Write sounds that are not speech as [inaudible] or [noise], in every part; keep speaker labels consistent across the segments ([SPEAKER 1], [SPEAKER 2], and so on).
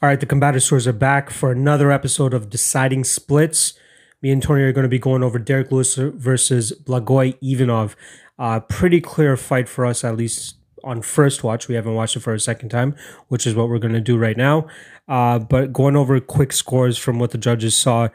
[SPEAKER 1] All right, the Combatosaurs are back for another episode of Deciding Splits. Me and Tony are going to be going over Derek Lewis versus Blagoy Ivanov. Uh, pretty clear fight for us, at least on first watch. We haven't watched it for a second time, which is what we're going to do right now. Uh, but going over quick scores from what the judges saw.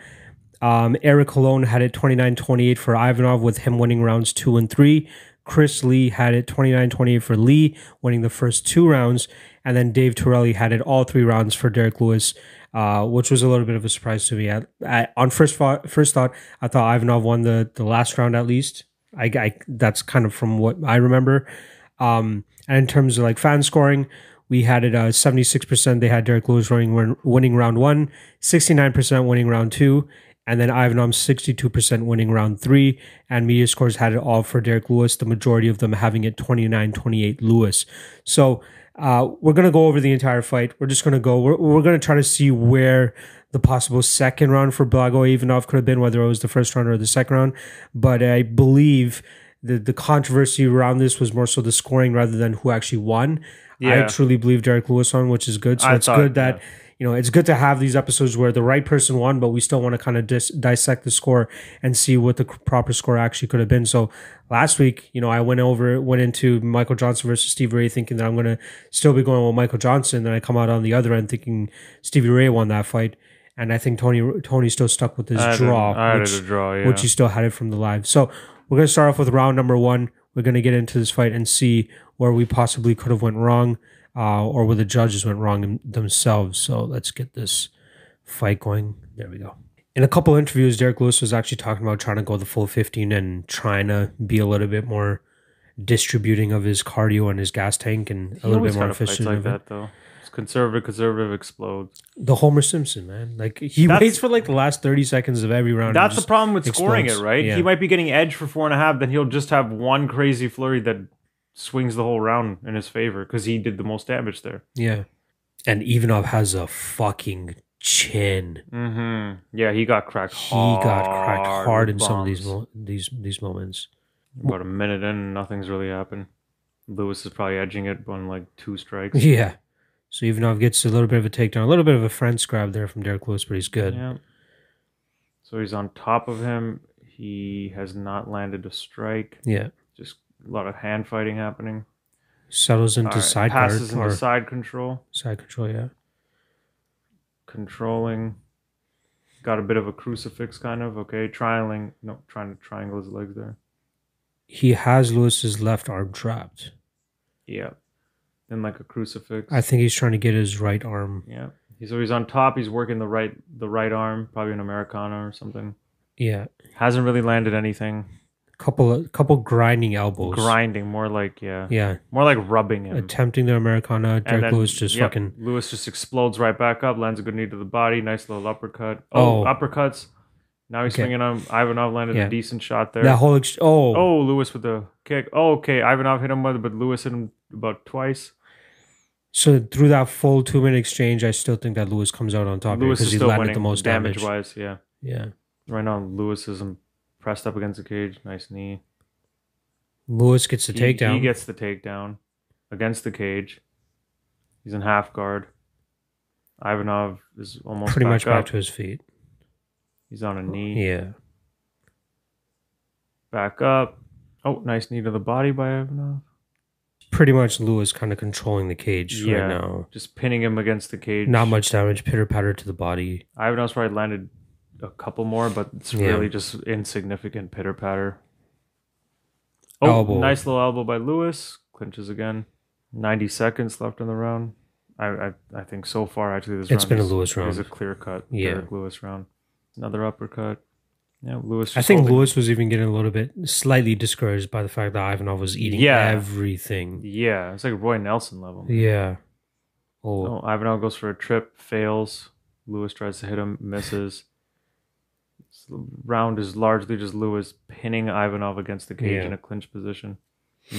[SPEAKER 1] Um, Eric Colon had it 29 28 for Ivanov, with him winning rounds two and three. Chris Lee had it 29 28 for Lee, winning the first two rounds. And then Dave Torelli had it all three rounds for Derek Lewis, uh, which was a little bit of a surprise to me. I, I, on first thought, first thought, I thought Ivanov won the, the last round at least. I, I That's kind of from what I remember. Um, and in terms of like fan scoring, we had it uh, 76%. They had Derek Lewis running, winning round one, 69% winning round two, and then Ivanov 62% winning round three. And media scores had it all for Derek Lewis, the majority of them having it 29 28 Lewis. So uh, we're going to go over the entire fight. We're just going to go, we're, we're going to try to see where the possible second round for Blago Ivanov could have been, whether it was the first round or the second round. But I believe. The, the controversy around this was more so the scoring rather than who actually won. I
[SPEAKER 2] Yeah.
[SPEAKER 1] truly believe Derek Lewis won, which is good. So
[SPEAKER 2] I
[SPEAKER 1] it's
[SPEAKER 2] thought-
[SPEAKER 1] good that
[SPEAKER 2] yeah.
[SPEAKER 1] you know it's good to have these episodes where the right person won but we still want to kind of dis- dissect the score and see what the c- proper score actually could have been so last week you know i went over went into michael johnson versus stevie ray thinking that i'm going to still be going with michael johnson then i come out on the other end thinking stevie ray won that fight and i think tony tony still stuck with his
[SPEAKER 2] I had a-
[SPEAKER 1] draw
[SPEAKER 2] I had
[SPEAKER 1] which,
[SPEAKER 2] a draw, yeah.
[SPEAKER 1] which he still had it from the live so we're going to start off with round number one we're going to get into this fight and see where we possibly could have went wrong uh, or where the judges went wrong them- themselves. So let's get this fight going. There we go. In a couple interviews, Derek Lewis was actually talking about trying to go the full 15 and trying to be a little bit more distributing of his cardio and his gas tank and a
[SPEAKER 2] He
[SPEAKER 1] little
[SPEAKER 2] always
[SPEAKER 1] bit more
[SPEAKER 2] kinda fights
[SPEAKER 1] efficient.
[SPEAKER 2] like
[SPEAKER 1] of it.
[SPEAKER 2] that, though. It's conservative, conservative explodes.
[SPEAKER 1] The Homer Simpson, man. Like he
[SPEAKER 2] That's-
[SPEAKER 1] waits for like the last 30 seconds of every round. and
[SPEAKER 2] That's the
[SPEAKER 1] just-
[SPEAKER 2] problem with scoring it,
[SPEAKER 1] explodes.
[SPEAKER 2] right?
[SPEAKER 1] Yeah.
[SPEAKER 2] He might be getting edge for four and a half, then he'll just have one crazy flurry that swings the whole round in his favor because he did the most damage there.
[SPEAKER 1] Yeah. And Ivanov has a fucking chin.
[SPEAKER 2] hmm Yeah, he got cracked.
[SPEAKER 1] He got cracked hard
[SPEAKER 2] with
[SPEAKER 1] in some of these mo-
[SPEAKER 2] bombs.
[SPEAKER 1] these these moments.
[SPEAKER 2] About a minute in, nothing's really happened. Lewis is probably edging it on like two strikes.
[SPEAKER 1] Yeah. So Ivanov gets a little bit of a takedown, a little bit of a French grab there from Derek Lewis, but he's good.
[SPEAKER 2] Yeah. So he's on top of him. He has not landed a strike.
[SPEAKER 1] Yeah.
[SPEAKER 2] Just a lot of hand fighting happening.
[SPEAKER 1] Settles into
[SPEAKER 2] All right,
[SPEAKER 1] side guard
[SPEAKER 2] passes
[SPEAKER 1] or
[SPEAKER 2] into side control,
[SPEAKER 1] side control, yeah.
[SPEAKER 2] controlling. Got a bit of a crucifix, kind of. Okay, trialing. No, trying to triangle his legs there.
[SPEAKER 1] He has Lewis's left arm trapped.
[SPEAKER 2] Yeah, and like a crucifix.
[SPEAKER 1] I think he's trying to get his right arm.
[SPEAKER 2] yeah. He's always on top. He's working the right, the right arm, probably an Americana or something.
[SPEAKER 1] Yeah.
[SPEAKER 2] Hasn't really landed anything.
[SPEAKER 1] Couple of, couple grinding elbows.
[SPEAKER 2] Grinding, more like yeah,
[SPEAKER 1] Yeah.
[SPEAKER 2] more like rubbing him.
[SPEAKER 1] Attempting the Americana. Derek Lewis just
[SPEAKER 2] yep,
[SPEAKER 1] fucking
[SPEAKER 2] Lewis just explodes right back up, lands a good knee to the body, nice little uppercut.
[SPEAKER 1] Oh.
[SPEAKER 2] Oh, uppercuts. Now he's
[SPEAKER 1] Okay.
[SPEAKER 2] swinging on Ivanov, landed
[SPEAKER 1] Yeah.
[SPEAKER 2] a decent shot there.
[SPEAKER 1] that whole ex- oh,
[SPEAKER 2] oh, Lewis with the kick. Oh, okay, Ivanov hit him with, it, but Lewis hit him about twice.
[SPEAKER 1] so through that full two minute exchange, I still think that Lewis comes out on top
[SPEAKER 2] Lewis
[SPEAKER 1] because
[SPEAKER 2] is
[SPEAKER 1] he
[SPEAKER 2] still
[SPEAKER 1] landed
[SPEAKER 2] winning
[SPEAKER 1] the most damage.
[SPEAKER 2] damage wise. Yeah,
[SPEAKER 1] Yeah.
[SPEAKER 2] right now Lewis is um, pressed up against the cage. Nice knee.
[SPEAKER 1] Lewis gets the
[SPEAKER 2] He-
[SPEAKER 1] takedown.
[SPEAKER 2] He gets the takedown against the cage. He's in half guard. Ivanov is almost
[SPEAKER 1] pretty much
[SPEAKER 2] up.
[SPEAKER 1] back to his feet.
[SPEAKER 2] He's on a knee.
[SPEAKER 1] Yeah.
[SPEAKER 2] Back up. Oh, nice knee to the body by Ivanov.
[SPEAKER 1] pretty much Lewis kind of controlling the cage
[SPEAKER 2] Yeah.
[SPEAKER 1] right now.
[SPEAKER 2] Just pinning him against the cage.
[SPEAKER 1] Not much damage, pitter patter to the body.
[SPEAKER 2] Ivanov's probably landed a couple more, but it's
[SPEAKER 1] Yeah.
[SPEAKER 2] really just insignificant pitter patter. Oh,
[SPEAKER 1] Elbow.
[SPEAKER 2] nice little elbow by Lewis. Clinches again. 90 seconds left in the round. I I, I think so far, actually, this
[SPEAKER 1] It's
[SPEAKER 2] round
[SPEAKER 1] been a
[SPEAKER 2] is-
[SPEAKER 1] Lewis round.
[SPEAKER 2] is a clear cut.
[SPEAKER 1] Yeah.
[SPEAKER 2] Derek Lewis round. Another uppercut. Yeah, Lewis.
[SPEAKER 1] I
[SPEAKER 2] just
[SPEAKER 1] think
[SPEAKER 2] holding-
[SPEAKER 1] Lewis was even getting a little bit slightly discouraged by the fact that Ivanov was eating
[SPEAKER 2] Yeah.
[SPEAKER 1] everything.
[SPEAKER 2] Yeah, it's like Roy Nelson level.
[SPEAKER 1] Yeah. Oh,
[SPEAKER 2] Oh, Ivanov goes for a trip, fails. Lewis tries to hit him, misses. This round is largely just Lewis pinning Ivanov against the cage
[SPEAKER 1] Yeah.
[SPEAKER 2] in a clinch position.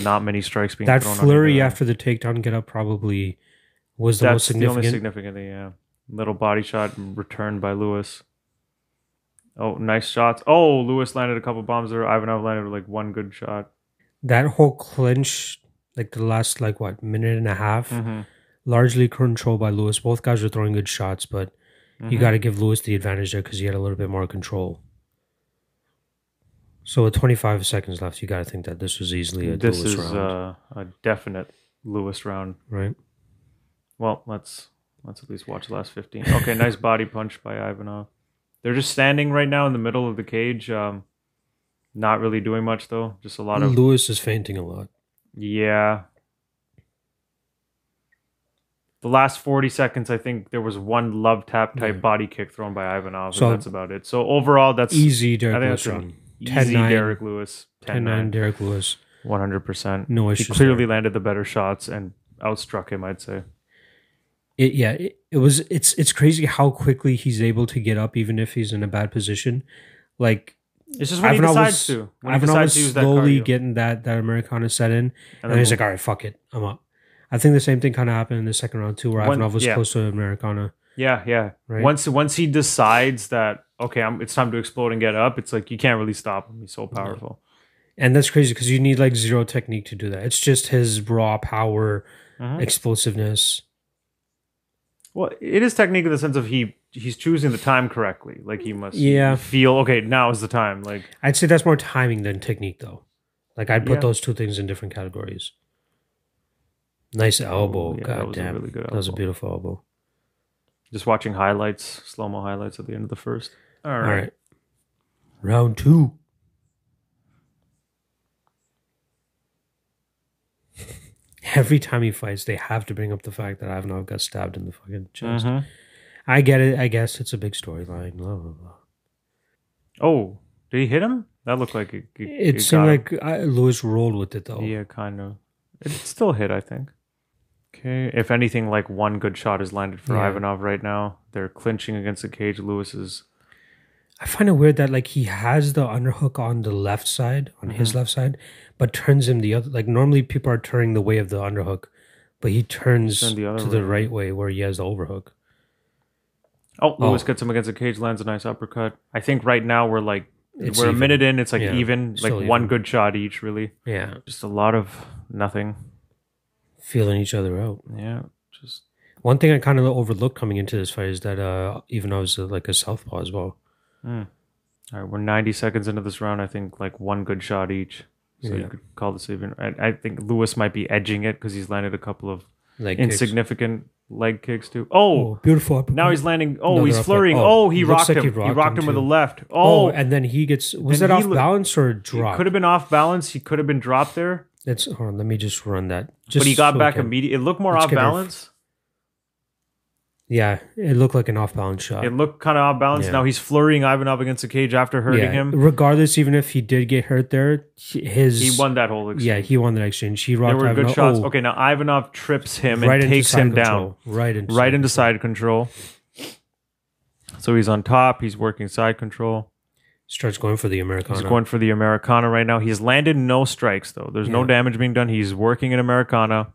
[SPEAKER 2] Not many strikes being
[SPEAKER 1] that
[SPEAKER 2] thrown
[SPEAKER 1] flurry
[SPEAKER 2] on
[SPEAKER 1] after the takedown get up probably was the
[SPEAKER 2] that's
[SPEAKER 1] most
[SPEAKER 2] the only
[SPEAKER 1] significant.
[SPEAKER 2] significant thing. Yeah, little body shot returned by Lewis. Oh, nice shots. Oh, Lewis landed a couple bombs there. Ivanov landed like one good shot.
[SPEAKER 1] That whole clinch, like the last like what minute and a half,
[SPEAKER 2] Mm-hmm.
[SPEAKER 1] largely controlled by Lewis. Both guys were throwing good shots, but
[SPEAKER 2] Mm-hmm.
[SPEAKER 1] you got to give Lewis the advantage there because he had a little bit more control. So with 25 seconds left, you got to think that this was easily a
[SPEAKER 2] This
[SPEAKER 1] Lewis
[SPEAKER 2] is
[SPEAKER 1] round,
[SPEAKER 2] uh, a definite Lewis round.
[SPEAKER 1] right?
[SPEAKER 2] Well, let's let's at least watch the last fifteen. Okay, nice body punch by Ivanov. They're just standing right now in the middle of the cage. Um, not really doing much though. Just a lot of
[SPEAKER 1] Lewis is fainting a lot.
[SPEAKER 2] yeah. The last forty seconds, I think there was one love tap type
[SPEAKER 1] Yeah.
[SPEAKER 2] body kick thrown by Ivanov,
[SPEAKER 1] So-
[SPEAKER 2] and that's about it. So overall, that's
[SPEAKER 1] Easy Derek
[SPEAKER 2] I think
[SPEAKER 1] Lewis
[SPEAKER 2] that's a
[SPEAKER 1] round.
[SPEAKER 2] easy.
[SPEAKER 1] 10-9.
[SPEAKER 2] Derek Lewis,
[SPEAKER 1] 10 9 Derek Lewis.
[SPEAKER 2] one hundred percent.
[SPEAKER 1] No
[SPEAKER 2] He
[SPEAKER 1] issues.
[SPEAKER 2] clearly landed the better shots and outstruck him. I'd say.
[SPEAKER 1] it, yeah it, it was it's it's crazy how quickly he's able to get up even if he's in a bad position like
[SPEAKER 2] It's just when
[SPEAKER 1] Ivanov
[SPEAKER 2] he decides
[SPEAKER 1] was-
[SPEAKER 2] to. When he
[SPEAKER 1] Ivanov
[SPEAKER 2] decides
[SPEAKER 1] was
[SPEAKER 2] to use that
[SPEAKER 1] slowly
[SPEAKER 2] cardio.
[SPEAKER 1] getting that that Americana set in and,
[SPEAKER 2] then
[SPEAKER 1] he's
[SPEAKER 2] boom.
[SPEAKER 1] like all right fuck it I'm up I think the same thing kind of happened in the second round too where
[SPEAKER 2] When-
[SPEAKER 1] Ivanov was
[SPEAKER 2] yeah.
[SPEAKER 1] close to Americana
[SPEAKER 2] Yeah, yeah.
[SPEAKER 1] Right.
[SPEAKER 2] Once once he decides that okay, I'm, it's time to explode and get up, it's like you can't really stop him. He's so powerful.
[SPEAKER 1] and that's crazy because you need like zero technique to do that it's just his raw power Uh-huh.
[SPEAKER 2] Mhm.
[SPEAKER 1] explosiveness
[SPEAKER 2] Well, it is technique in the sense of he he's choosing the time correctly. Like he must
[SPEAKER 1] Yeah.
[SPEAKER 2] feel okay. Now is the time. Like
[SPEAKER 1] I'd say that's more timing than technique though like I'd put
[SPEAKER 2] Yeah.
[SPEAKER 1] those two things in different categories nice elbow
[SPEAKER 2] Oh, yeah, that
[SPEAKER 1] god
[SPEAKER 2] was a
[SPEAKER 1] damn
[SPEAKER 2] really good
[SPEAKER 1] that was a
[SPEAKER 2] elbow.
[SPEAKER 1] beautiful elbow
[SPEAKER 2] just watching highlights, slow mo highlights at the end of the first. All
[SPEAKER 1] All right. Round two. [laughs] Every time he fights, they have to bring up the fact that Ivanov got stabbed in the fucking chest.
[SPEAKER 2] Mhm.
[SPEAKER 1] I get it. I guess it's a big storyline. Blah, blah, blah.
[SPEAKER 2] Oh, did he hit him? That looked like it. It,
[SPEAKER 1] It,
[SPEAKER 2] it
[SPEAKER 1] seemed
[SPEAKER 2] got him.
[SPEAKER 1] like I, Lewis rolled with it, though.
[SPEAKER 2] Yeah, kind of. It still hit, I think. Okay. If anything, like one good shot is landed for
[SPEAKER 1] Yeah.
[SPEAKER 2] Ivanov right now. They're clinching against the cage. Lewis is
[SPEAKER 1] I find it weird that, like, he has the underhook on the left side, on his
[SPEAKER 2] Mm-hmm.
[SPEAKER 1] left side, but turns him the other. Like, normally people are turning the way of the underhook, but he turns
[SPEAKER 2] turned the other
[SPEAKER 1] to the
[SPEAKER 2] way.
[SPEAKER 1] right way where he has the overhook.
[SPEAKER 2] Oh, Lewis
[SPEAKER 1] Oh.
[SPEAKER 2] gets him against the cage, lands a nice uppercut. I think right now we're like
[SPEAKER 1] It's
[SPEAKER 2] we're a
[SPEAKER 1] even.
[SPEAKER 2] minute in, it's like
[SPEAKER 1] Yeah,
[SPEAKER 2] even, like
[SPEAKER 1] still
[SPEAKER 2] one
[SPEAKER 1] even.
[SPEAKER 2] good shot each, really.
[SPEAKER 1] Yeah.
[SPEAKER 2] Just a lot of nothing.
[SPEAKER 1] Feeling each other out.
[SPEAKER 2] Yeah, just
[SPEAKER 1] One thing I kind of overlooked coming into this fight is that uh, even I was uh, like a southpaw as well.
[SPEAKER 2] all right. We're ninety seconds into this round. I think like one good shot each, so
[SPEAKER 1] Yeah.
[SPEAKER 2] you could call this even. I, I think Lewis might be edging it because he's landed a couple of
[SPEAKER 1] Like kicks.
[SPEAKER 2] insignificant leg kicks too. Oh,
[SPEAKER 1] Oh, beautiful. uppercut.
[SPEAKER 2] now he's landing. Oh,
[SPEAKER 1] Another
[SPEAKER 2] he's
[SPEAKER 1] uppercut.
[SPEAKER 2] flurrying.
[SPEAKER 1] Oh,
[SPEAKER 2] Oh, he,
[SPEAKER 1] looks
[SPEAKER 2] rocked
[SPEAKER 1] like
[SPEAKER 2] him.
[SPEAKER 1] he
[SPEAKER 2] He rocked,
[SPEAKER 1] rocked him
[SPEAKER 2] him with a
[SPEAKER 1] too.
[SPEAKER 2] left.
[SPEAKER 1] Oh,
[SPEAKER 2] Oh,
[SPEAKER 1] and then he gets. Was
[SPEAKER 2] And
[SPEAKER 1] that
[SPEAKER 2] he
[SPEAKER 1] off
[SPEAKER 2] look-
[SPEAKER 1] balance or
[SPEAKER 2] it
[SPEAKER 1] drop?
[SPEAKER 2] could have been off balance. He could have been dropped there.
[SPEAKER 1] That's hold on. Let me just run that. Just
[SPEAKER 2] but he got
[SPEAKER 1] so we
[SPEAKER 2] back
[SPEAKER 1] can-
[SPEAKER 2] immediately. It looked more
[SPEAKER 1] Let's
[SPEAKER 2] off
[SPEAKER 1] give her-
[SPEAKER 2] balance.
[SPEAKER 1] Yeah, it looked like an off balance shot.
[SPEAKER 2] It looked kind of off balance.
[SPEAKER 1] Yeah.
[SPEAKER 2] Now he's flurrying Ivanov against the cage after hurting
[SPEAKER 1] yeah.
[SPEAKER 2] him.
[SPEAKER 1] Regardless, even if he did get hurt there, he- his
[SPEAKER 2] He won that whole
[SPEAKER 1] Yeah,
[SPEAKER 2] exchange.
[SPEAKER 1] he won that exchange. He
[SPEAKER 2] there
[SPEAKER 1] rocked.
[SPEAKER 2] were good
[SPEAKER 1] Ivanov.
[SPEAKER 2] shots.
[SPEAKER 1] Oh,
[SPEAKER 2] Okay, now Ivanov trips him
[SPEAKER 1] right
[SPEAKER 2] and
[SPEAKER 1] into
[SPEAKER 2] takes
[SPEAKER 1] side
[SPEAKER 2] him down.
[SPEAKER 1] control. Right into
[SPEAKER 2] Right
[SPEAKER 1] side-
[SPEAKER 2] into side control. So he's on top. He's working side control.
[SPEAKER 1] starts going for the Americana.
[SPEAKER 2] He's going for the Americana right now. He's landed no strikes, though. There's no
[SPEAKER 1] Yeah.
[SPEAKER 2] damage being done. He's working an Americana.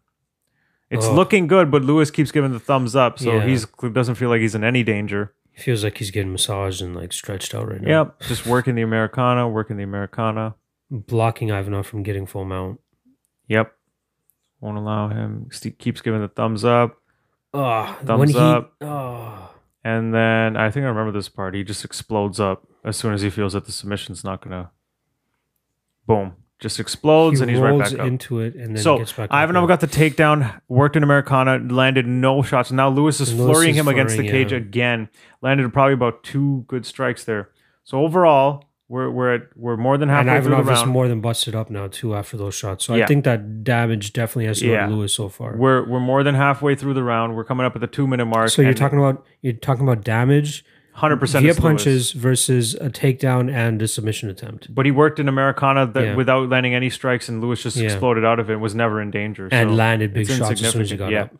[SPEAKER 2] It's
[SPEAKER 1] Ugh.
[SPEAKER 2] looking good, but Lewis keeps giving the thumbs up, so
[SPEAKER 1] Yeah.
[SPEAKER 2] he's doesn't feel like he's in any danger.
[SPEAKER 1] Feels like he's getting massaged and like stretched out right now.
[SPEAKER 2] Yep, just working the Americana, working the Americana.
[SPEAKER 1] blocking Ivanov from getting full mount.
[SPEAKER 2] Yep, won't allow him. St- keeps giving the thumbs up,
[SPEAKER 1] Oh,
[SPEAKER 2] Thumbs
[SPEAKER 1] when he,
[SPEAKER 2] up.
[SPEAKER 1] Oh,
[SPEAKER 2] and then I think I remember this part. He just explodes up as soon as he feels that the submission's not gonna. Boom! Just explodes, and he's right back up.
[SPEAKER 1] into it and then
[SPEAKER 2] so
[SPEAKER 1] gets back.
[SPEAKER 2] Ivanov got the takedown, worked in Americana, landed no shots. Now Lewis is
[SPEAKER 1] Lewis
[SPEAKER 2] flurrying
[SPEAKER 1] is
[SPEAKER 2] him against the
[SPEAKER 1] flurrying,
[SPEAKER 2] cage
[SPEAKER 1] yeah.
[SPEAKER 2] again. Landed probably about two good strikes there. So overall, we're we're at, we're more than
[SPEAKER 1] and
[SPEAKER 2] halfway through the
[SPEAKER 1] Ivanov is
[SPEAKER 2] round.
[SPEAKER 1] more than busted up now too after those shots. So
[SPEAKER 2] Yeah.
[SPEAKER 1] I think that damage definitely has to go
[SPEAKER 2] Yeah.
[SPEAKER 1] to Lewis so far.
[SPEAKER 2] We're we're more than halfway through the round. We're coming up at the two minute mark.
[SPEAKER 1] so you're talking about you're talking about damage
[SPEAKER 2] hundred percent
[SPEAKER 1] via punches versus a takedown and a submission attempt.
[SPEAKER 2] But he worked in Americana that
[SPEAKER 1] Yeah.
[SPEAKER 2] without landing any strikes, and Lewis just
[SPEAKER 1] Yeah.
[SPEAKER 2] exploded out of it. Was never in danger
[SPEAKER 1] And
[SPEAKER 2] so
[SPEAKER 1] landed big
[SPEAKER 2] it's
[SPEAKER 1] shots as soon as he
[SPEAKER 2] insignificant.
[SPEAKER 1] got
[SPEAKER 2] yeah.
[SPEAKER 1] up.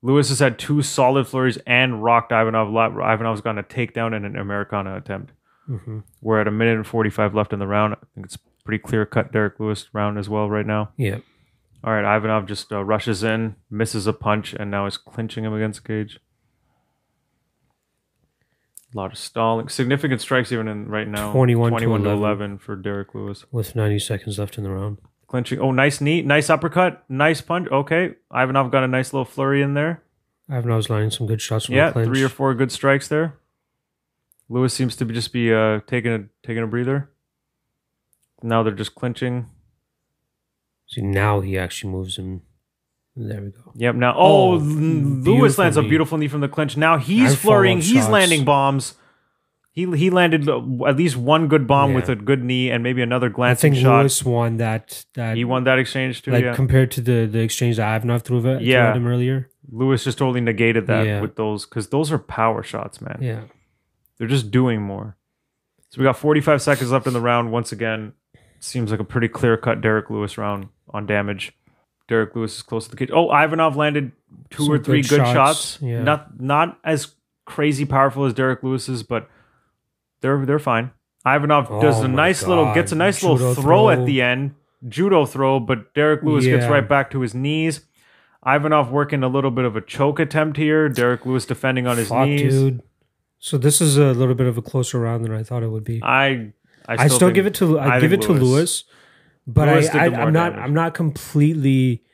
[SPEAKER 2] Lewis has had two solid flurries and rocked Ivanov. a lot. Ivanov's gotten a takedown and an Americana attempt.
[SPEAKER 1] Mhm.
[SPEAKER 2] We're at a minute and 45 left in the round. I think it's pretty clear cut Derek Lewis round as well right now.
[SPEAKER 1] Yeah,
[SPEAKER 2] All right, Ivanov just uh, rushes in, misses a punch, and now is clinching him against the cage. A lot of stalling. Significant strikes even in right now.
[SPEAKER 1] 21 to
[SPEAKER 2] 21 to
[SPEAKER 1] 11.
[SPEAKER 2] 11 for Derek Lewis.
[SPEAKER 1] with 90 seconds left in the round.
[SPEAKER 2] Clinching. Oh, nice knee. Nice uppercut. Nice punch. Okay. Ivanov got a nice little flurry in there.
[SPEAKER 1] Ivanov's lining some good shots from
[SPEAKER 2] yeah,
[SPEAKER 1] the clinch.
[SPEAKER 2] three or four good strikes there. Lewis seems to be just be uh, taking a taking a breather. Now they're just clinching.
[SPEAKER 1] See, now he actually moves him. There we go.
[SPEAKER 2] Yep. Now,
[SPEAKER 1] Oh,
[SPEAKER 2] oh, L- Lewis
[SPEAKER 1] beautiful
[SPEAKER 2] lands a
[SPEAKER 1] knee.
[SPEAKER 2] beautiful knee from the clinch. Now he's
[SPEAKER 1] And
[SPEAKER 2] flurrying.
[SPEAKER 1] follow-up
[SPEAKER 2] He's
[SPEAKER 1] shots.
[SPEAKER 2] landing bombs. He he landed uh, at least one good bomb
[SPEAKER 1] Yeah.
[SPEAKER 2] with a good knee and maybe another
[SPEAKER 1] I
[SPEAKER 2] glancing
[SPEAKER 1] think
[SPEAKER 2] shot.
[SPEAKER 1] Lewis won that. That
[SPEAKER 2] he won that exchange too.
[SPEAKER 1] like
[SPEAKER 2] yeah.
[SPEAKER 1] compared to the the exchange that Ivanov threw at threw
[SPEAKER 2] Yeah.
[SPEAKER 1] at him earlier.
[SPEAKER 2] Lewis just totally negated that
[SPEAKER 1] Yeah.
[SPEAKER 2] with those because those are power shots, man.
[SPEAKER 1] Yeah,
[SPEAKER 2] They're just doing more. So we got 45 seconds left in the round. Once again, seems like a pretty clear cut Derek Lewis round on damage. Derek Lewis is close to the cage. Oh, Ivanov landed two
[SPEAKER 1] Some
[SPEAKER 2] or three
[SPEAKER 1] good
[SPEAKER 2] good shots.
[SPEAKER 1] shots, yeah.
[SPEAKER 2] Not not as crazy powerful as Derek Lewis's, but they're they're fine. Ivanov
[SPEAKER 1] Oh
[SPEAKER 2] does a
[SPEAKER 1] my
[SPEAKER 2] nice little
[SPEAKER 1] God.
[SPEAKER 2] gets a nice little
[SPEAKER 1] Judo
[SPEAKER 2] throw,
[SPEAKER 1] throw.
[SPEAKER 2] at the end, judo throw, but Derek Lewis gets
[SPEAKER 1] Yeah.
[SPEAKER 2] right back to his knees. Ivanov working a little bit of a choke attempt here. Derek Lewis defending on his
[SPEAKER 1] Fuck,
[SPEAKER 2] knees.
[SPEAKER 1] dude. So this is a little bit of a closer round than I thought it would be. I,
[SPEAKER 2] I I still,
[SPEAKER 1] still,
[SPEAKER 2] think-
[SPEAKER 1] give it to I,
[SPEAKER 2] I
[SPEAKER 1] give it
[SPEAKER 2] think
[SPEAKER 1] to Lewis, but
[SPEAKER 2] Lewis did
[SPEAKER 1] I, I
[SPEAKER 2] the more
[SPEAKER 1] I'm not
[SPEAKER 2] damage.
[SPEAKER 1] I'm not completely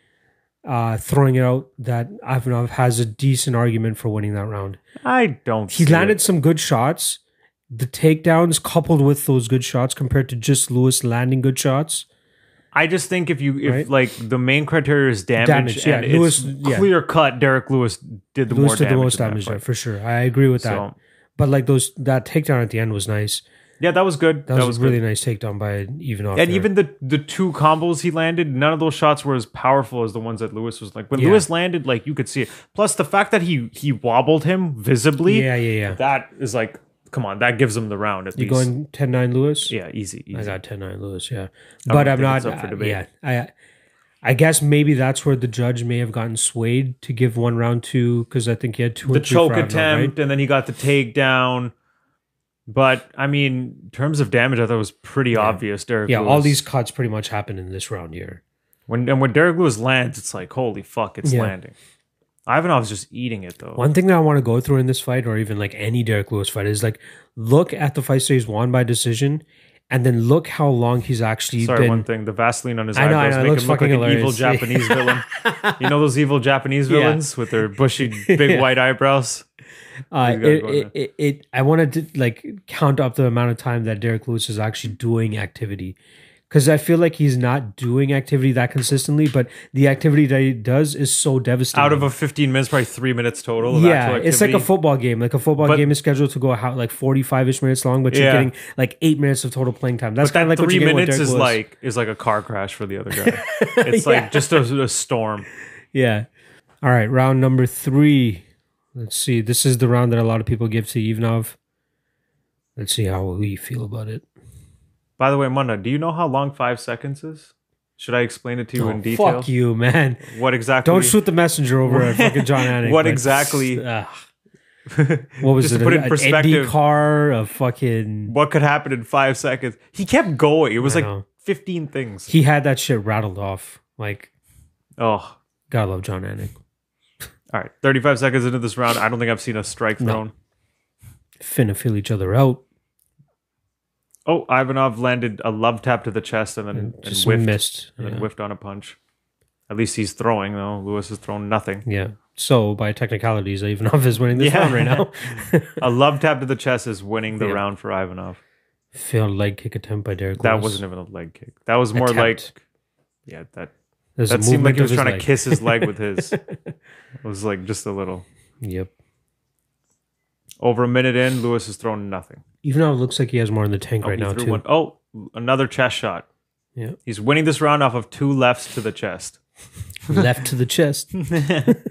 [SPEAKER 1] uh, throwing it out that Ivanov has a decent argument for winning that round.
[SPEAKER 2] I don't.
[SPEAKER 1] He
[SPEAKER 2] see
[SPEAKER 1] landed
[SPEAKER 2] it.
[SPEAKER 1] some good shots. The takedowns coupled with those good shots compared to just Lewis landing good shots.
[SPEAKER 2] I just think if you if
[SPEAKER 1] Right?
[SPEAKER 2] like the main criteria is damage,
[SPEAKER 1] Damage, yeah.
[SPEAKER 2] and
[SPEAKER 1] Lewis-
[SPEAKER 2] it's
[SPEAKER 1] yeah.
[SPEAKER 2] clear cut. Derek Lewis did the more
[SPEAKER 1] Lewis did the
[SPEAKER 2] damage
[SPEAKER 1] most
[SPEAKER 2] in that
[SPEAKER 1] damage there
[SPEAKER 2] fight.
[SPEAKER 1] for sure. I agree with that.
[SPEAKER 2] So
[SPEAKER 1] But like those that takedown at the end was nice.
[SPEAKER 2] yeah, that was good.
[SPEAKER 1] That was, a really
[SPEAKER 2] good.
[SPEAKER 1] nice takedown by Ivanov.
[SPEAKER 2] And
[SPEAKER 1] there.
[SPEAKER 2] even the the two combos he landed, none of those shots were as powerful as the ones that Lewis was like. When
[SPEAKER 1] Yeah.
[SPEAKER 2] Lewis landed, like you could see it. Plus the fact that he he wobbled him visibly.
[SPEAKER 1] yeah, yeah, yeah.
[SPEAKER 2] That is like, come on, that gives him the round at
[SPEAKER 1] You
[SPEAKER 2] least.
[SPEAKER 1] going 10-9 Lewis?
[SPEAKER 2] yeah, easy, easy.
[SPEAKER 1] I got 10-9 Lewis, yeah.
[SPEAKER 2] don't
[SPEAKER 1] But I'm
[SPEAKER 2] think it's
[SPEAKER 1] not
[SPEAKER 2] up for
[SPEAKER 1] uh,
[SPEAKER 2] debate.
[SPEAKER 1] yeah. I I guess maybe that's where the judge may have gotten swayed to give one round two because I think he had two or
[SPEAKER 2] the
[SPEAKER 1] three for
[SPEAKER 2] choke
[SPEAKER 1] Ivanov,
[SPEAKER 2] attempt,
[SPEAKER 1] right?
[SPEAKER 2] and then he got the takedown. But I mean, in terms of damage, I thought it was pretty obvious. Derek,
[SPEAKER 1] Yeah,
[SPEAKER 2] Lewis.
[SPEAKER 1] all these cuts pretty much happened in this round here.
[SPEAKER 2] when and when Derek Lewis lands, it's like holy fuck, it's
[SPEAKER 1] Yeah.
[SPEAKER 2] landing. Ivanov's just eating it though.
[SPEAKER 1] One thing that I want to go through in this fight, or even like any Derek Lewis fight, is like look at the fights that he's won by decision, and then look how long he's actually
[SPEAKER 2] Sorry,
[SPEAKER 1] been.
[SPEAKER 2] one thing. The Vaseline on his
[SPEAKER 1] I know, I
[SPEAKER 2] eyebrows
[SPEAKER 1] know, it
[SPEAKER 2] make
[SPEAKER 1] looks
[SPEAKER 2] him look like
[SPEAKER 1] fucking
[SPEAKER 2] an evil
[SPEAKER 1] hilarious. [laughs]
[SPEAKER 2] Japanese villain. You know those evil Japanese
[SPEAKER 1] Yeah.
[SPEAKER 2] villains with
[SPEAKER 1] [laughs]
[SPEAKER 2] their bushy, big
[SPEAKER 1] Yeah.
[SPEAKER 2] white eyebrows.
[SPEAKER 1] Uh,
[SPEAKER 2] He's got it
[SPEAKER 1] it,
[SPEAKER 2] going
[SPEAKER 1] it, it, it, I want to like count up the amount of time that Derek Lewis is actually doing activity, because I feel like he's not doing activity that consistently, but the activity that he does is so devastating.
[SPEAKER 2] Out of a 15 minutes, probably three minutes total. Of
[SPEAKER 1] yeah,
[SPEAKER 2] actual
[SPEAKER 1] it's like a
[SPEAKER 2] activity.
[SPEAKER 1] football game. Like a football
[SPEAKER 2] But-
[SPEAKER 1] game is scheduled to go how, like forty-five ish minutes long, but you're
[SPEAKER 2] Yeah.
[SPEAKER 1] getting like eight minutes of total playing time. That's
[SPEAKER 2] But
[SPEAKER 1] kind
[SPEAKER 2] that
[SPEAKER 1] of like what
[SPEAKER 2] three
[SPEAKER 1] you get with
[SPEAKER 2] minutes
[SPEAKER 1] Derek
[SPEAKER 2] is
[SPEAKER 1] Lewis.
[SPEAKER 2] like is like a car crash for the
[SPEAKER 1] [laughs]
[SPEAKER 2] other guy. It's like just a, a storm.
[SPEAKER 1] Yeah. All right, round number three. Let's see. This is the round that a lot of people give to Ivanov. Let's see how we feel about it.
[SPEAKER 2] By the way, Munda, do you know how long five seconds is? Should I explain it to you
[SPEAKER 1] Oh,
[SPEAKER 2] in detail?
[SPEAKER 1] Fuck you, man.
[SPEAKER 2] What exactly?
[SPEAKER 1] Don't shoot the messenger over at
[SPEAKER 2] [laughs]
[SPEAKER 1] fucking John Anik.
[SPEAKER 2] What
[SPEAKER 1] but-
[SPEAKER 2] exactly-
[SPEAKER 1] Ugh.
[SPEAKER 2] [laughs]
[SPEAKER 1] what was
[SPEAKER 2] Just
[SPEAKER 1] it?
[SPEAKER 2] to put it in
[SPEAKER 1] an
[SPEAKER 2] perspective-
[SPEAKER 1] Indy car, a fucking.
[SPEAKER 2] What could happen in five seconds? He kept going. It was
[SPEAKER 1] I
[SPEAKER 2] like
[SPEAKER 1] know.
[SPEAKER 2] fifteen things.
[SPEAKER 1] He had that shit rattled off. Like,
[SPEAKER 2] oh,
[SPEAKER 1] gotta love John Anik.
[SPEAKER 2] all right. Thirty-five seconds into this round, I don't think I've seen a strike
[SPEAKER 1] No.
[SPEAKER 2] thrown.
[SPEAKER 1] Finna feel each other out.
[SPEAKER 2] Oh, Ivanov landed a love tap to the chest and then and
[SPEAKER 1] Just
[SPEAKER 2] whiffed,
[SPEAKER 1] missed.
[SPEAKER 2] and then
[SPEAKER 1] Yeah.
[SPEAKER 2] whiffed on a punch. At least he's throwing though. Lewis has thrown nothing.
[SPEAKER 1] yeah. So, by technicalities, [laughs] Ivanov is winning this
[SPEAKER 2] Yeah.
[SPEAKER 1] round right
[SPEAKER 2] [laughs]
[SPEAKER 1] now. [laughs]
[SPEAKER 2] a love tap to the chest is winning the
[SPEAKER 1] Yeah.
[SPEAKER 2] round for Ivanov.
[SPEAKER 1] Failed leg kick attempt by Derek.
[SPEAKER 2] That
[SPEAKER 1] Lewis.
[SPEAKER 2] wasn't even a leg kick. That was more
[SPEAKER 1] Attempt.
[SPEAKER 2] like, yeah, that
[SPEAKER 1] There's a
[SPEAKER 2] That seemed
[SPEAKER 1] movement
[SPEAKER 2] like he was
[SPEAKER 1] of his
[SPEAKER 2] trying
[SPEAKER 1] leg.
[SPEAKER 2] to kiss his leg with his.
[SPEAKER 1] [laughs]
[SPEAKER 2] It was like just a little.
[SPEAKER 1] Yep.
[SPEAKER 2] Over a minute in, Lewis has thrown nothing.
[SPEAKER 1] Even though it looks like he has more in the tank
[SPEAKER 2] Oh,
[SPEAKER 1] right
[SPEAKER 2] he
[SPEAKER 1] now
[SPEAKER 2] threw
[SPEAKER 1] too.
[SPEAKER 2] one- oh, another chest shot.
[SPEAKER 1] Yeah.
[SPEAKER 2] He's winning this round off of two lefts to the chest.
[SPEAKER 1] Left to the
[SPEAKER 2] [laughs]
[SPEAKER 1] chest.
[SPEAKER 2] it's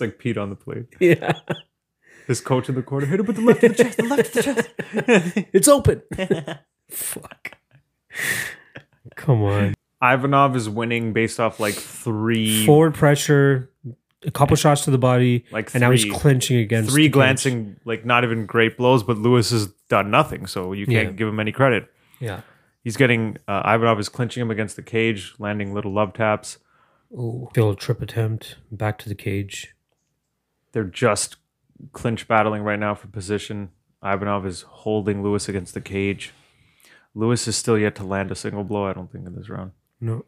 [SPEAKER 2] like Pete on the plate.
[SPEAKER 1] yeah.
[SPEAKER 2] His coach in the corner hit him with the left [laughs] to the chest, the left to the chest.
[SPEAKER 1] It's
[SPEAKER 2] [laughs]
[SPEAKER 1] open. Fuck. Come on.
[SPEAKER 2] Ivanov is winning based off like three,
[SPEAKER 1] Forward pressure, a couple shots to the body,
[SPEAKER 2] Like
[SPEAKER 1] and now he's
[SPEAKER 2] three-
[SPEAKER 1] clinching against
[SPEAKER 2] three
[SPEAKER 1] the cage.
[SPEAKER 2] glancing, like not even great blows, but Lewis has done nothing, so you can't
[SPEAKER 1] Yeah.
[SPEAKER 2] give him any credit.
[SPEAKER 1] Yeah.
[SPEAKER 2] He's getting uh, Ivanov is clinching him against the cage, landing little love taps.
[SPEAKER 1] Ooh. Failed trip attempt. Back to the cage.
[SPEAKER 2] They're just clinch battling right now for position. Ivanov is holding Lewis against the cage. Lewis is still yet to land a single blow, I don't think, in this round.
[SPEAKER 1] No,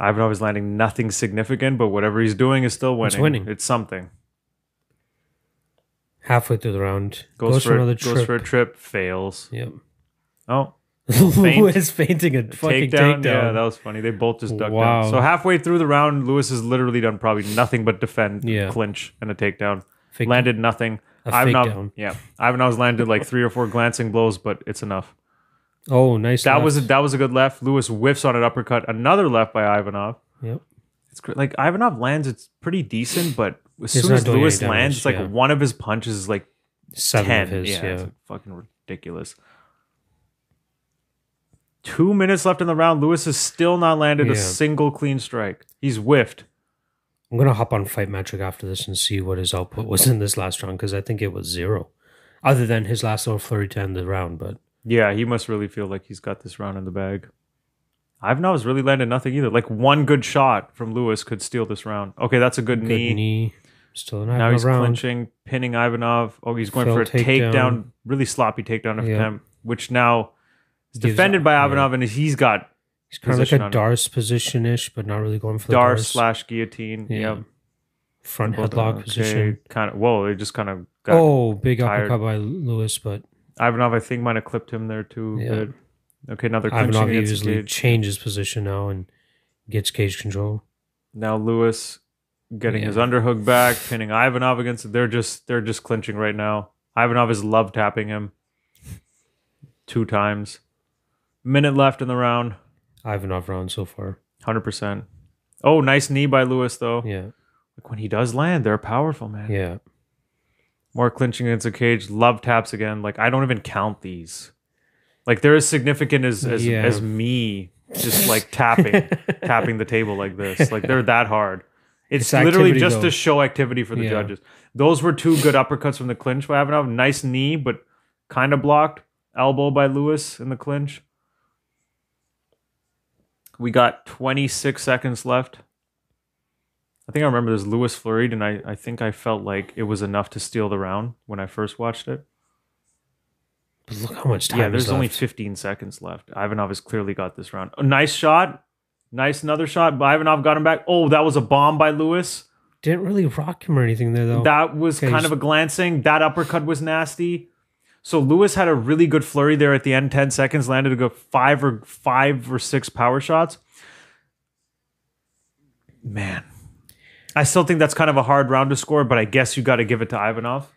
[SPEAKER 2] Ivanov is landing nothing significant, but whatever he's doing is still winning.
[SPEAKER 1] It's winning.
[SPEAKER 2] It's something.
[SPEAKER 1] halfway through the round,
[SPEAKER 2] Goes, for,
[SPEAKER 1] another
[SPEAKER 2] goes
[SPEAKER 1] trip.
[SPEAKER 2] for a trip, fails.
[SPEAKER 1] Yep.
[SPEAKER 2] Oh,
[SPEAKER 1] [laughs] Lewis fainting a fucking
[SPEAKER 2] takedown.
[SPEAKER 1] takedown.
[SPEAKER 2] Yeah, that was funny. They both just ducked
[SPEAKER 1] Wow.
[SPEAKER 2] down. So halfway through the round, Lewis has literally done probably nothing but defend,
[SPEAKER 1] Yeah.
[SPEAKER 2] clinch, and a takedown.
[SPEAKER 1] Fake-
[SPEAKER 2] landed nothing.
[SPEAKER 1] A fake down.
[SPEAKER 2] yeah, Ivanov's landed like three or four glancing blows, but it's enough.
[SPEAKER 1] oh, nice.
[SPEAKER 2] That
[SPEAKER 1] left.
[SPEAKER 2] was a, that was a good left. Lewis whiffs on an uppercut, another left by Ivanov.
[SPEAKER 1] Yep.
[SPEAKER 2] It's cr- like Ivanov lands, it's pretty decent, but as
[SPEAKER 1] He's
[SPEAKER 2] soon
[SPEAKER 1] not
[SPEAKER 2] as
[SPEAKER 1] doing
[SPEAKER 2] Lewis
[SPEAKER 1] any damage,
[SPEAKER 2] lands, it's like
[SPEAKER 1] yeah.
[SPEAKER 2] one of his punches is like
[SPEAKER 1] seven
[SPEAKER 2] ten.
[SPEAKER 1] of his.
[SPEAKER 2] yeah,
[SPEAKER 1] Yeah.
[SPEAKER 2] It's like fucking ridiculous. Two minutes left in the round. Lewis has still not landed
[SPEAKER 1] Yeah.
[SPEAKER 2] a single clean strike. He's whiffed.
[SPEAKER 1] I'm gonna hop on Fight Magic after this and see what his output was in this last round because I think it was zero, other than his last little flurry to end the round. But
[SPEAKER 2] Yeah, he must really feel like he's got this round in the bag. Ivanov's really landed nothing either. Like one good shot from Lewis could steal this round. Okay, that's a good,
[SPEAKER 1] good
[SPEAKER 2] knee.
[SPEAKER 1] knee, still an
[SPEAKER 2] Now he's
[SPEAKER 1] round.
[SPEAKER 2] clinching, pinning Ivanov. Oh, he's going
[SPEAKER 1] Fell
[SPEAKER 2] for a takedown.
[SPEAKER 1] takedown.
[SPEAKER 2] really sloppy takedown
[SPEAKER 1] Yeah.
[SPEAKER 2] attempt, which now is
[SPEAKER 1] Gives-
[SPEAKER 2] defended by
[SPEAKER 1] yeah.
[SPEAKER 2] Ivanov, and he's got
[SPEAKER 1] He's kind of
[SPEAKER 2] position
[SPEAKER 1] like a
[SPEAKER 2] on it.
[SPEAKER 1] Dars position ish, but not really going for the
[SPEAKER 2] Dar
[SPEAKER 1] Dars,
[SPEAKER 2] slash guillotine.
[SPEAKER 1] Yeah.
[SPEAKER 2] Yep.
[SPEAKER 1] front
[SPEAKER 2] Hold
[SPEAKER 1] headlock
[SPEAKER 2] on, okay,
[SPEAKER 1] position.
[SPEAKER 2] Kind of. Whoa, they just kind of got.
[SPEAKER 1] Oh, big
[SPEAKER 2] tired.
[SPEAKER 1] uppercut by Lewis, but
[SPEAKER 2] Ivanov, I think, might have clipped him there too.
[SPEAKER 1] Yeah.
[SPEAKER 2] Good. Okay, now they're clinching
[SPEAKER 1] Ivanov
[SPEAKER 2] against the
[SPEAKER 1] easily
[SPEAKER 2] cage.
[SPEAKER 1] changes position now and gets cage control.
[SPEAKER 2] Now Lewis getting
[SPEAKER 1] Yeah.
[SPEAKER 2] his underhook back, pinning Ivanov against it. They're just they're just clinching right now. Ivanov is love tapping him two times. Minute left in the round.
[SPEAKER 1] Ivanov round so far.
[SPEAKER 2] Hundred percent. Oh, nice knee by Lewis though.
[SPEAKER 1] Yeah,
[SPEAKER 2] Like when he does land, they're powerful, man.
[SPEAKER 1] yeah.
[SPEAKER 2] More clinching against the cage. Love taps again. Like I don't even count these. Like they're as significant as as,
[SPEAKER 1] Yeah.
[SPEAKER 2] as me just like
[SPEAKER 1] [laughs]
[SPEAKER 2] tapping tapping the table like this. Like they're that hard. It's,
[SPEAKER 1] It's
[SPEAKER 2] literally
[SPEAKER 1] activity,
[SPEAKER 2] just
[SPEAKER 1] though.
[SPEAKER 2] to show activity for the
[SPEAKER 1] Yeah.
[SPEAKER 2] judges. Those were two good uppercuts from the clinch by Ivanov. Nice knee, but kind of blocked. Elbow by Lewis in the clinch. We got 26 seconds left. I think I remember this Lewis flurried, and I, I think I felt like it was enough to steal the round when I first watched it.
[SPEAKER 1] But look how much time.
[SPEAKER 2] yeah, there's
[SPEAKER 1] is
[SPEAKER 2] only
[SPEAKER 1] left.
[SPEAKER 2] 15 seconds left. Ivanov has clearly got this round. A nice shot. Nice another shot. But Ivanov got him back. Oh, that was a bomb by Lewis.
[SPEAKER 1] didn't really rock him or anything there though.
[SPEAKER 2] That was
[SPEAKER 1] Okay,
[SPEAKER 2] kind
[SPEAKER 1] he's-
[SPEAKER 2] of a glancing. That uppercut was nasty. So Lewis had a really good flurry there at the end. Ten seconds landed to go five or five or six power shots. Man, I still think that's kind of a hard round to score, but I guess you got to give it to Ivanov.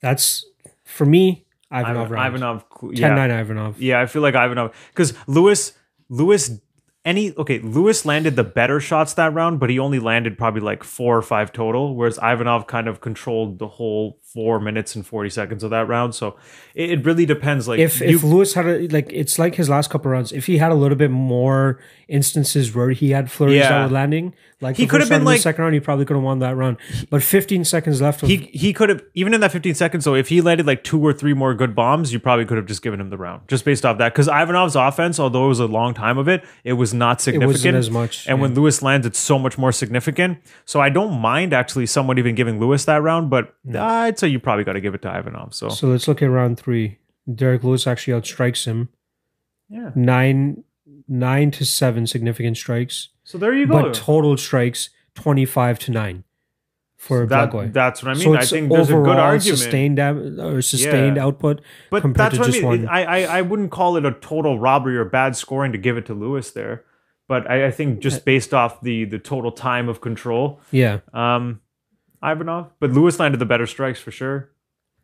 [SPEAKER 1] That's for me. Ivanov
[SPEAKER 2] Ivan-
[SPEAKER 1] round.
[SPEAKER 2] Ivanov, cl-
[SPEAKER 1] 10
[SPEAKER 2] yeah,
[SPEAKER 1] 9 Ivanov.
[SPEAKER 2] yeah. I feel like Ivanov because Lewis, Lewis, any okay. Lewis landed the better shots that round, but he only landed probably like four or five total. Whereas Ivanov kind of controlled the whole four minutes and forty seconds of that round. So it, it really depends. Like
[SPEAKER 1] If if Lewis had a like, it's like his last couple rounds. If he had a little bit more instances where he had flurries that
[SPEAKER 2] Yeah.
[SPEAKER 1] were landing, like
[SPEAKER 2] He
[SPEAKER 1] the
[SPEAKER 2] could
[SPEAKER 1] first round
[SPEAKER 2] have been
[SPEAKER 1] and the
[SPEAKER 2] like-
[SPEAKER 1] second round, he probably could have won that round. But 15 seconds left. Of,
[SPEAKER 2] he he could have even in that 15 seconds so if he landed like two or three more good bombs you probably could have just given him the round just based off that because ivanov's offense although it was a long time of it it was not significant
[SPEAKER 1] as much,
[SPEAKER 2] and when lewis lands it's so much more significant so i don't mind actually someone even giving lewis that round but i'd say you probably got to give it to ivanov so
[SPEAKER 1] so let's look at round three. Derek Lewis actually outstrikes him
[SPEAKER 2] yeah
[SPEAKER 1] nine nine to seven significant strikes,
[SPEAKER 2] so there you go
[SPEAKER 1] but total strikes 25 to nine for
[SPEAKER 2] that,
[SPEAKER 1] Blagoy.
[SPEAKER 2] that's what i mean
[SPEAKER 1] so
[SPEAKER 2] i
[SPEAKER 1] it's
[SPEAKER 2] think there's a good
[SPEAKER 1] overall
[SPEAKER 2] argument
[SPEAKER 1] sustained dam- or sustained
[SPEAKER 2] Yeah.
[SPEAKER 1] output
[SPEAKER 2] But
[SPEAKER 1] compared
[SPEAKER 2] that's
[SPEAKER 1] to
[SPEAKER 2] what
[SPEAKER 1] just
[SPEAKER 2] I mean.
[SPEAKER 1] one.
[SPEAKER 2] I, I I wouldn't call it a total robbery or bad scoring to give it to Lewis there. But I, I think just based off the the total time of control,
[SPEAKER 1] yeah.
[SPEAKER 2] um, Ivanov. But Lewis landed the better strikes for sure.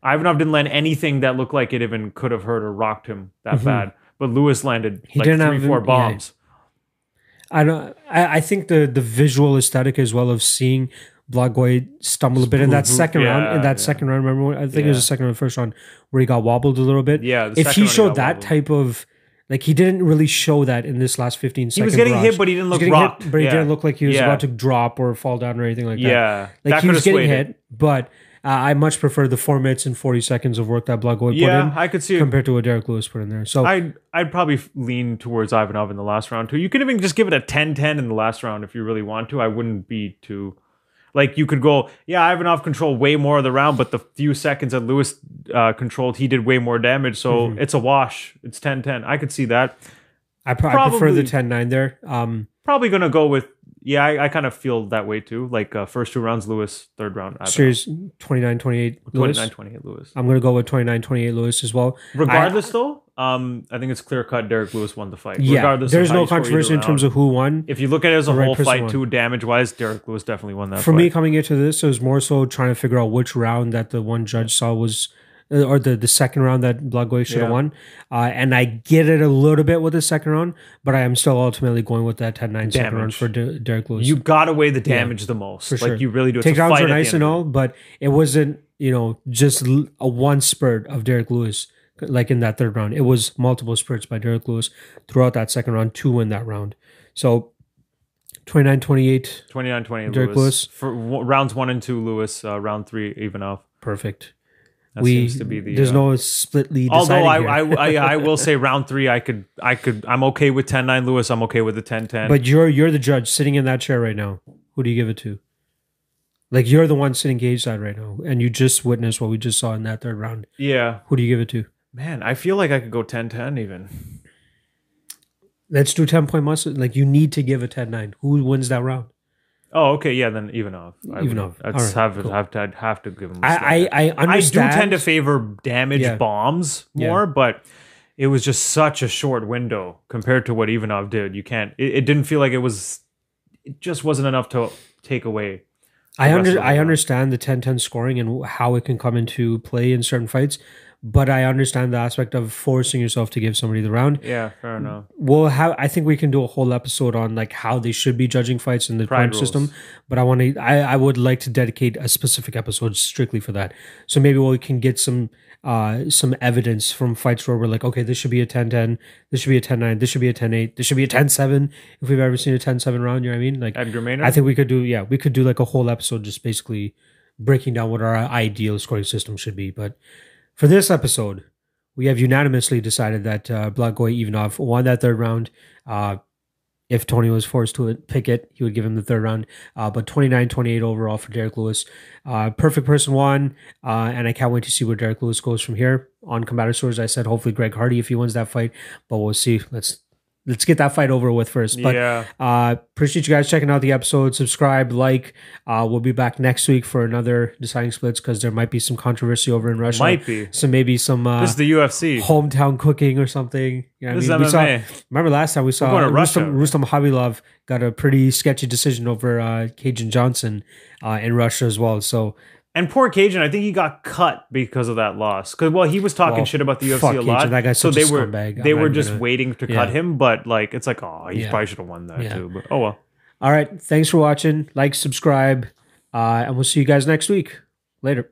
[SPEAKER 2] Ivanov didn't land anything that looked like it even could have hurt or rocked him that
[SPEAKER 1] Mhm.
[SPEAKER 2] bad. But Lewis landed
[SPEAKER 1] He
[SPEAKER 2] like
[SPEAKER 1] didn't
[SPEAKER 2] three,
[SPEAKER 1] have-
[SPEAKER 2] four
[SPEAKER 1] yeah.
[SPEAKER 2] bombs.
[SPEAKER 1] I don't. I, I think the the visual aesthetic as well of seeing Blagoy stumble a bit in that
[SPEAKER 2] boo-boo.
[SPEAKER 1] second round. In
[SPEAKER 2] Yeah,
[SPEAKER 1] that
[SPEAKER 2] yeah.
[SPEAKER 1] second round, remember? when- I think it was
[SPEAKER 2] Yeah.
[SPEAKER 1] the second round, first round, where he got wobbled a little bit.
[SPEAKER 2] Yeah, the
[SPEAKER 1] If
[SPEAKER 2] second
[SPEAKER 1] he
[SPEAKER 2] round he
[SPEAKER 1] showed
[SPEAKER 2] got
[SPEAKER 1] that
[SPEAKER 2] wobbled.
[SPEAKER 1] type of, like, he didn't really show that in this last fifteen seconds.
[SPEAKER 2] was getting hit, but he didn't look rocked.
[SPEAKER 1] but he
[SPEAKER 2] Yeah.
[SPEAKER 1] didn't look like he was
[SPEAKER 2] Yeah.
[SPEAKER 1] about to drop or fall down or anything like that.
[SPEAKER 2] Yeah,
[SPEAKER 1] Like
[SPEAKER 2] that
[SPEAKER 1] he
[SPEAKER 2] could
[SPEAKER 1] was
[SPEAKER 2] have
[SPEAKER 1] getting
[SPEAKER 2] swayed it.
[SPEAKER 1] hit, but uh, I much prefer the four minutes and forty seconds of work that Blagoy
[SPEAKER 2] Yeah,
[SPEAKER 1] put
[SPEAKER 2] I could see.
[SPEAKER 1] in
[SPEAKER 2] it.
[SPEAKER 1] compared to what Derek Lewis put in there. So
[SPEAKER 2] I'd I'd probably lean towards Ivanov in the last round too. You can even just give it a 10-10 in the last round if you really want to. I wouldn't be too Like you could go, yeah, Ivanov controlled way more of the round, but the few seconds that Lewis uh, controlled, he did way more damage. So
[SPEAKER 1] Mm-hmm.
[SPEAKER 2] it's a wash. It's 10-10. I could see that.
[SPEAKER 1] I, pr- I prefer the
[SPEAKER 2] Probably.
[SPEAKER 1] 10 9 there. Um,
[SPEAKER 2] Probably gonna go with yeah. I, I kind of feel that way too. Like uh, first two rounds, Lewis. Third round, Ivanov.
[SPEAKER 1] series 29 28.
[SPEAKER 2] 29 28 Lewis.
[SPEAKER 1] I'm going to go with 29 28 Lewis as well.
[SPEAKER 2] Regardless, though, um, I think it's clear cut. Derek Lewis won the fight.
[SPEAKER 1] Yeah,
[SPEAKER 2] Regardless, of
[SPEAKER 1] there's
[SPEAKER 2] how
[SPEAKER 1] no
[SPEAKER 2] you score either
[SPEAKER 1] controversy in
[SPEAKER 2] round.
[SPEAKER 1] terms of who won.
[SPEAKER 2] if you look at it as a
[SPEAKER 1] right
[SPEAKER 2] whole
[SPEAKER 1] person
[SPEAKER 2] fight,
[SPEAKER 1] won.
[SPEAKER 2] too, damage wise, Derek Lewis definitely won that.
[SPEAKER 1] For
[SPEAKER 2] fight.
[SPEAKER 1] me, coming into this, it was more so trying to figure out which round that the one judge saw was, uh, or the, the second round that Blagoy should have
[SPEAKER 2] Yeah.
[SPEAKER 1] won. Uh, and I get it a little bit with the second round, but I am still ultimately going with that 10 9 second round
[SPEAKER 2] Damage.
[SPEAKER 1] for De- Derek Lewis.
[SPEAKER 2] you got away the damage the most.
[SPEAKER 1] for sure.
[SPEAKER 2] Like you really do. It's a
[SPEAKER 1] Takedowns
[SPEAKER 2] fight
[SPEAKER 1] were
[SPEAKER 2] at the
[SPEAKER 1] nice and
[SPEAKER 2] end of
[SPEAKER 1] all, but it wasn't, you know, just l- a one spurt of Derek Lewis, like in that third round. It was multiple spurts by Derek Lewis throughout that second round to win that round. So 29 28,
[SPEAKER 2] it. 29-28
[SPEAKER 1] Derek
[SPEAKER 2] Lewis.
[SPEAKER 1] Lewis.
[SPEAKER 2] For w- rounds one and two, Lewis. Uh, round three, Ivanov.
[SPEAKER 1] perfect.
[SPEAKER 2] That
[SPEAKER 1] we,
[SPEAKER 2] seems to be the.
[SPEAKER 1] there's
[SPEAKER 2] uh,
[SPEAKER 1] no split lead.
[SPEAKER 2] Although
[SPEAKER 1] deciding
[SPEAKER 2] I,
[SPEAKER 1] here.
[SPEAKER 2] I,
[SPEAKER 1] [laughs]
[SPEAKER 2] I I will say round three I could I could I'm okay with 10-9 Lewis I'm okay with the 10-10
[SPEAKER 1] but you're you're the judge sitting in that chair right now. Who do you give it to? Like you're the one sitting cage side right now, and you just witnessed what we just saw in that third round.
[SPEAKER 2] yeah
[SPEAKER 1] Who do you give it to?
[SPEAKER 2] man I feel like I could go 10-10 even
[SPEAKER 1] Let's do 10 point muscle. Like, you need to give a 10 9. Who wins that round?
[SPEAKER 2] Oh, okay, yeah, then Ivanov. I would-
[SPEAKER 1] Ivanov.
[SPEAKER 2] I'd
[SPEAKER 1] All right,
[SPEAKER 2] have,
[SPEAKER 1] cool.
[SPEAKER 2] have to I'd have to give him. a slap.
[SPEAKER 1] I, I, I
[SPEAKER 2] I do
[SPEAKER 1] understand.
[SPEAKER 2] tend to favor damage
[SPEAKER 1] Yeah.
[SPEAKER 2] bombs
[SPEAKER 1] Yeah.
[SPEAKER 2] more, but it was just such a short window compared to what Ivanov did. You can't. It, it didn't feel like it was. It just wasn't enough to take away.
[SPEAKER 1] I,
[SPEAKER 2] the rest
[SPEAKER 1] under,
[SPEAKER 2] of the
[SPEAKER 1] I
[SPEAKER 2] round.
[SPEAKER 1] understand the 10 10 scoring and how it can come into play in certain fights, but I understand the aspect of forcing yourself to give somebody the round.
[SPEAKER 2] Yeah, fair
[SPEAKER 1] Mm.
[SPEAKER 2] enough.
[SPEAKER 1] We'll have, I think we can do a whole episode on like how they should be judging fights in the
[SPEAKER 2] Pride
[SPEAKER 1] point
[SPEAKER 2] rules.
[SPEAKER 1] system, but I want to, I, I would like to dedicate a specific episode strictly for that. So maybe we can get some, uh, some evidence from fights where we're like, okay, this should be a 10 10, this should be a 10 9, this should be a 10 8, this should be a 10 7. If we've ever seen a 10 7 round, you know what I mean? Like,
[SPEAKER 2] Edgar Maynard.
[SPEAKER 1] I think we could do yeah, we could do like a whole episode just basically breaking down what our ideal scoring system should be. But for this episode, we have unanimously decided that uh, Blagoy Ivanov won that third round. Uh, if Tony was forced to pick it, he would give him the third round. Uh, but 29-28 overall for Derek Lewis. Uh, perfect person won, uh, and I can't wait to see where Derek Lewis goes from here. On Combative Swords, I said hopefully Greg Hardy if he wins that fight, but we'll see. Let's let's get that fight over with first. But
[SPEAKER 2] yeah,
[SPEAKER 1] uh, appreciate you guys checking out the episode. Subscribe, like. Uh, we'll be back next week for another deciding splits because there might be some controversy over in Russia.
[SPEAKER 2] might be.
[SPEAKER 1] So maybe some uh,
[SPEAKER 2] this is the UFC.
[SPEAKER 1] hometown cooking or something. You know what
[SPEAKER 2] this
[SPEAKER 1] I mean? We
[SPEAKER 2] is
[SPEAKER 1] saw-
[SPEAKER 2] MMA.
[SPEAKER 1] remember last time we saw
[SPEAKER 2] going to
[SPEAKER 1] Rustam,
[SPEAKER 2] Russia.
[SPEAKER 1] Rustam Habilov got a pretty sketchy decision over uh, Cajun Johnson uh, in Russia as well. So
[SPEAKER 2] and poor Cajun, I think he got cut because of that loss. Because well, he was talking
[SPEAKER 1] Well,
[SPEAKER 2] shit about the UFC
[SPEAKER 1] fuck
[SPEAKER 2] a lot.
[SPEAKER 1] Cajun, that guy's
[SPEAKER 2] so
[SPEAKER 1] such a
[SPEAKER 2] they were
[SPEAKER 1] scumbag. I'm
[SPEAKER 2] they
[SPEAKER 1] not
[SPEAKER 2] were
[SPEAKER 1] even
[SPEAKER 2] just
[SPEAKER 1] gonna-
[SPEAKER 2] waiting to
[SPEAKER 1] Yeah.
[SPEAKER 2] cut him, but like it's like oh, he
[SPEAKER 1] Yeah.
[SPEAKER 2] probably should have won that
[SPEAKER 1] Yeah.
[SPEAKER 2] too. But oh well.
[SPEAKER 1] all right, thanks for watching. Like, subscribe, uh, and we'll see you guys next week. Later.